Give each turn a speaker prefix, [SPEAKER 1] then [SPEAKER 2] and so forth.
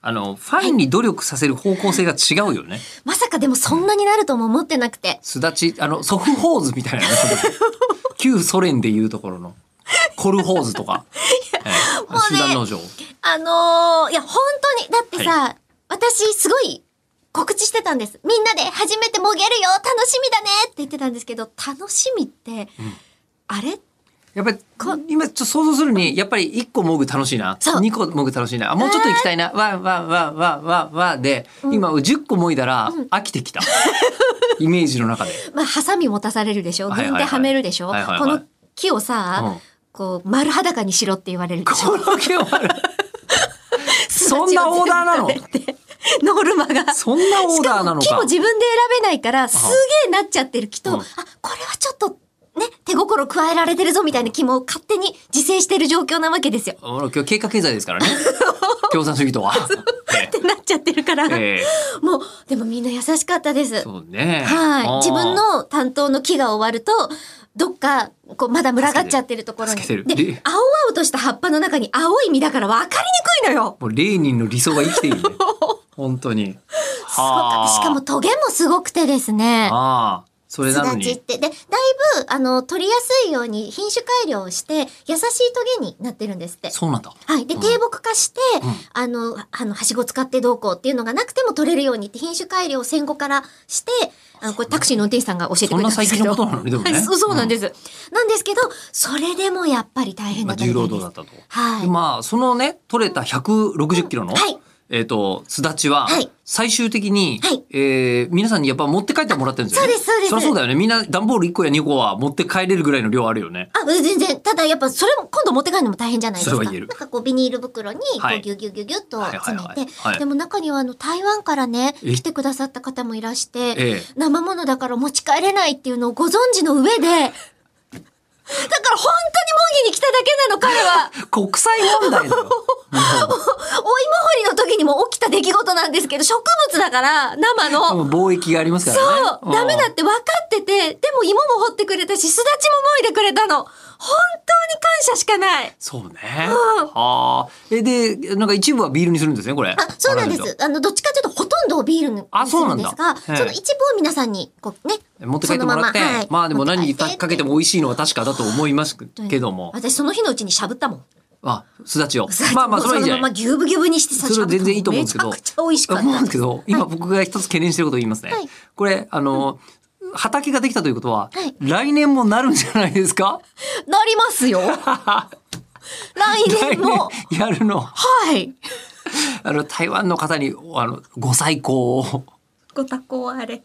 [SPEAKER 1] あの、ファンに努力させる方向性が違うよね。
[SPEAKER 2] まさかでもそんなになるとも思ってなくて。
[SPEAKER 1] すだち、あの、ソフホーズみたいな ね。旧ソ連でいうところの。コルホーズとか。ええ
[SPEAKER 2] もう
[SPEAKER 1] 集
[SPEAKER 2] ね
[SPEAKER 1] 団農場。
[SPEAKER 2] あのーいや、本当に、だってさ、私、すごい、告知してたんです。みんなで初めてもげるよ楽しみだねって言ってたんですけど、楽しみって、あれ
[SPEAKER 1] やっぱり、今ちょっと想像するに、やっぱり1個もぐ楽しいな。
[SPEAKER 2] そう
[SPEAKER 1] 2個もぐ楽しいな。あもうちょっと行きたいな。わーわーわーわーわーわーで、今10個もいだら飽きてきた。イメージの 中で。
[SPEAKER 2] まあ、ハサミ持たされるでしょ
[SPEAKER 1] はいはい
[SPEAKER 2] 軍
[SPEAKER 1] はい
[SPEAKER 2] 手はめるでしょ、
[SPEAKER 1] はいはいはい
[SPEAKER 2] この木をさ、
[SPEAKER 1] うん
[SPEAKER 2] こう、丸裸にしろって言われるでしょ
[SPEAKER 1] この毛はある。 そんなオーダー なの
[SPEAKER 2] 全部食べてノルマが。
[SPEAKER 1] そんなオーダーなの
[SPEAKER 2] しかも木も
[SPEAKER 1] か。
[SPEAKER 2] 自分で選べないから、すげえなっちゃってる木と、
[SPEAKER 1] うん
[SPEAKER 2] あ、これはちょっと、ね、手心加えられてるぞみたいな木も勝手に自制してる状況なわけですよ。
[SPEAKER 1] あの今日経過経済ですからね。 共産主義とは。え
[SPEAKER 2] ってなっちゃってるから、
[SPEAKER 1] えええ
[SPEAKER 2] もう、でもみんな優しかったです。
[SPEAKER 1] そうね。
[SPEAKER 2] はい
[SPEAKER 1] あー。
[SPEAKER 2] 自分の担当の木が終わると、どっか、こう、まだ群がっちゃってるところに。
[SPEAKER 1] 助けてる
[SPEAKER 2] で、
[SPEAKER 1] で
[SPEAKER 2] 青々とした葉っぱの中に青い実だから分かりにくいのよ。
[SPEAKER 1] もうレーニンの理想が生きている ね。本当に。
[SPEAKER 2] すごかった。しかもトゲもすごくてですね。
[SPEAKER 1] ああ、それ
[SPEAKER 2] す
[SPEAKER 1] なの
[SPEAKER 2] だちっ
[SPEAKER 1] に。
[SPEAKER 2] て。で、だいぶ、あの、取りやすいように品種改良をして、優しいトゲになってるんですって。
[SPEAKER 1] そうなんだ。
[SPEAKER 2] はい。で、
[SPEAKER 1] うん
[SPEAKER 2] 低木化して、
[SPEAKER 1] うん
[SPEAKER 2] あの、あの、はしご使ってどうこうっていうのがなくても取れるようにって品種改良を戦後からして、あの、これタクシーの運転手さんが教えてくれたんですけど。
[SPEAKER 1] そんな最近のことなのねでもね
[SPEAKER 2] はい そうそうなんです、なんですけど、それでもやっぱり大変
[SPEAKER 1] ま
[SPEAKER 2] だ
[SPEAKER 1] あ、
[SPEAKER 2] ったみ
[SPEAKER 1] 重
[SPEAKER 2] た
[SPEAKER 1] 労
[SPEAKER 2] いで
[SPEAKER 1] 働
[SPEAKER 2] す
[SPEAKER 1] だったと。
[SPEAKER 2] はい
[SPEAKER 1] でまあ、そのね、取れた160キロの、
[SPEAKER 2] はい
[SPEAKER 1] えっ、と、すだちは、
[SPEAKER 2] はい
[SPEAKER 1] 最終的に、
[SPEAKER 2] はい
[SPEAKER 1] えー皆さんにやっぱ持って帰ってもらってるんですよね。
[SPEAKER 2] あそうですそうです
[SPEAKER 1] そりゃそうだよね。みんな段ボール1個や2個は持って帰れるぐらいの量あるよね。
[SPEAKER 2] あ、うん全然。ただやっぱそれも今度持って帰るのも大変じゃないですか。
[SPEAKER 1] それは言える
[SPEAKER 2] なんかこうビニール袋にこ
[SPEAKER 1] は
[SPEAKER 2] う
[SPEAKER 1] い
[SPEAKER 2] ギュギュギュギュっと詰め
[SPEAKER 1] はいはい
[SPEAKER 2] て
[SPEAKER 1] はいは。い
[SPEAKER 2] でも中にはあの台湾からね、
[SPEAKER 1] え
[SPEAKER 2] 来てくださった方もいらして、
[SPEAKER 1] ええ
[SPEAKER 2] 生物だから持ち帰れないっていうのをご存知の上で、だから本当に模擬に来ただけなの彼は。
[SPEAKER 1] 国際問題だよ。
[SPEAKER 2] お芋掘りの時にも起きた出来事なんですけど、植物だから
[SPEAKER 1] 多
[SPEAKER 2] 生の。
[SPEAKER 1] 分貿易がありますからね。
[SPEAKER 2] そう、ダメだって分かってて、でも芋も掘ってくれたし、すだちももいでくれたの。本当に感謝しかない。
[SPEAKER 1] そうね。はあ。え、で、なんか一部はビールにするんですね、これ。
[SPEAKER 2] あ、そうなん
[SPEAKER 1] わかり
[SPEAKER 2] で
[SPEAKER 1] まし
[SPEAKER 2] す。あの、どっちかというと、ほとんどをビールに
[SPEAKER 1] あ
[SPEAKER 2] す
[SPEAKER 1] そう
[SPEAKER 2] る
[SPEAKER 1] なんん
[SPEAKER 2] で
[SPEAKER 1] だ
[SPEAKER 2] すが、
[SPEAKER 1] ええ
[SPEAKER 2] その一部を皆さんに、こうね、
[SPEAKER 1] た持って帰ってもらって、
[SPEAKER 2] その
[SPEAKER 1] ま
[SPEAKER 2] ままはい
[SPEAKER 1] あでも何にかけても美味しいのは確かだと思いますけども、
[SPEAKER 2] 私その日のうちにしゃぶったもん。
[SPEAKER 1] あ、すだちを
[SPEAKER 2] さ。
[SPEAKER 1] まあまあ、それはいいんじ
[SPEAKER 2] の
[SPEAKER 1] ゃ
[SPEAKER 2] まま
[SPEAKER 1] ない
[SPEAKER 2] ギュブギュブにしてさ、
[SPEAKER 1] それは全然いいと思うんで
[SPEAKER 2] し
[SPEAKER 1] すけ
[SPEAKER 2] ゃぶ
[SPEAKER 1] ど、
[SPEAKER 2] ったもんめちゃくちゃ美味しかった。
[SPEAKER 1] 思うんですけど、今僕が一つ懸念してることを言いますね
[SPEAKER 2] はい。
[SPEAKER 1] これ、あの、畑ができたということは
[SPEAKER 2] はい、
[SPEAKER 1] 来年もなるんじゃないですか
[SPEAKER 2] なりま すよ。来年も。
[SPEAKER 1] 来年やるの。
[SPEAKER 2] はい。
[SPEAKER 1] あの、台湾の方に、あの、ご最高を。
[SPEAKER 2] ご多幸あれ。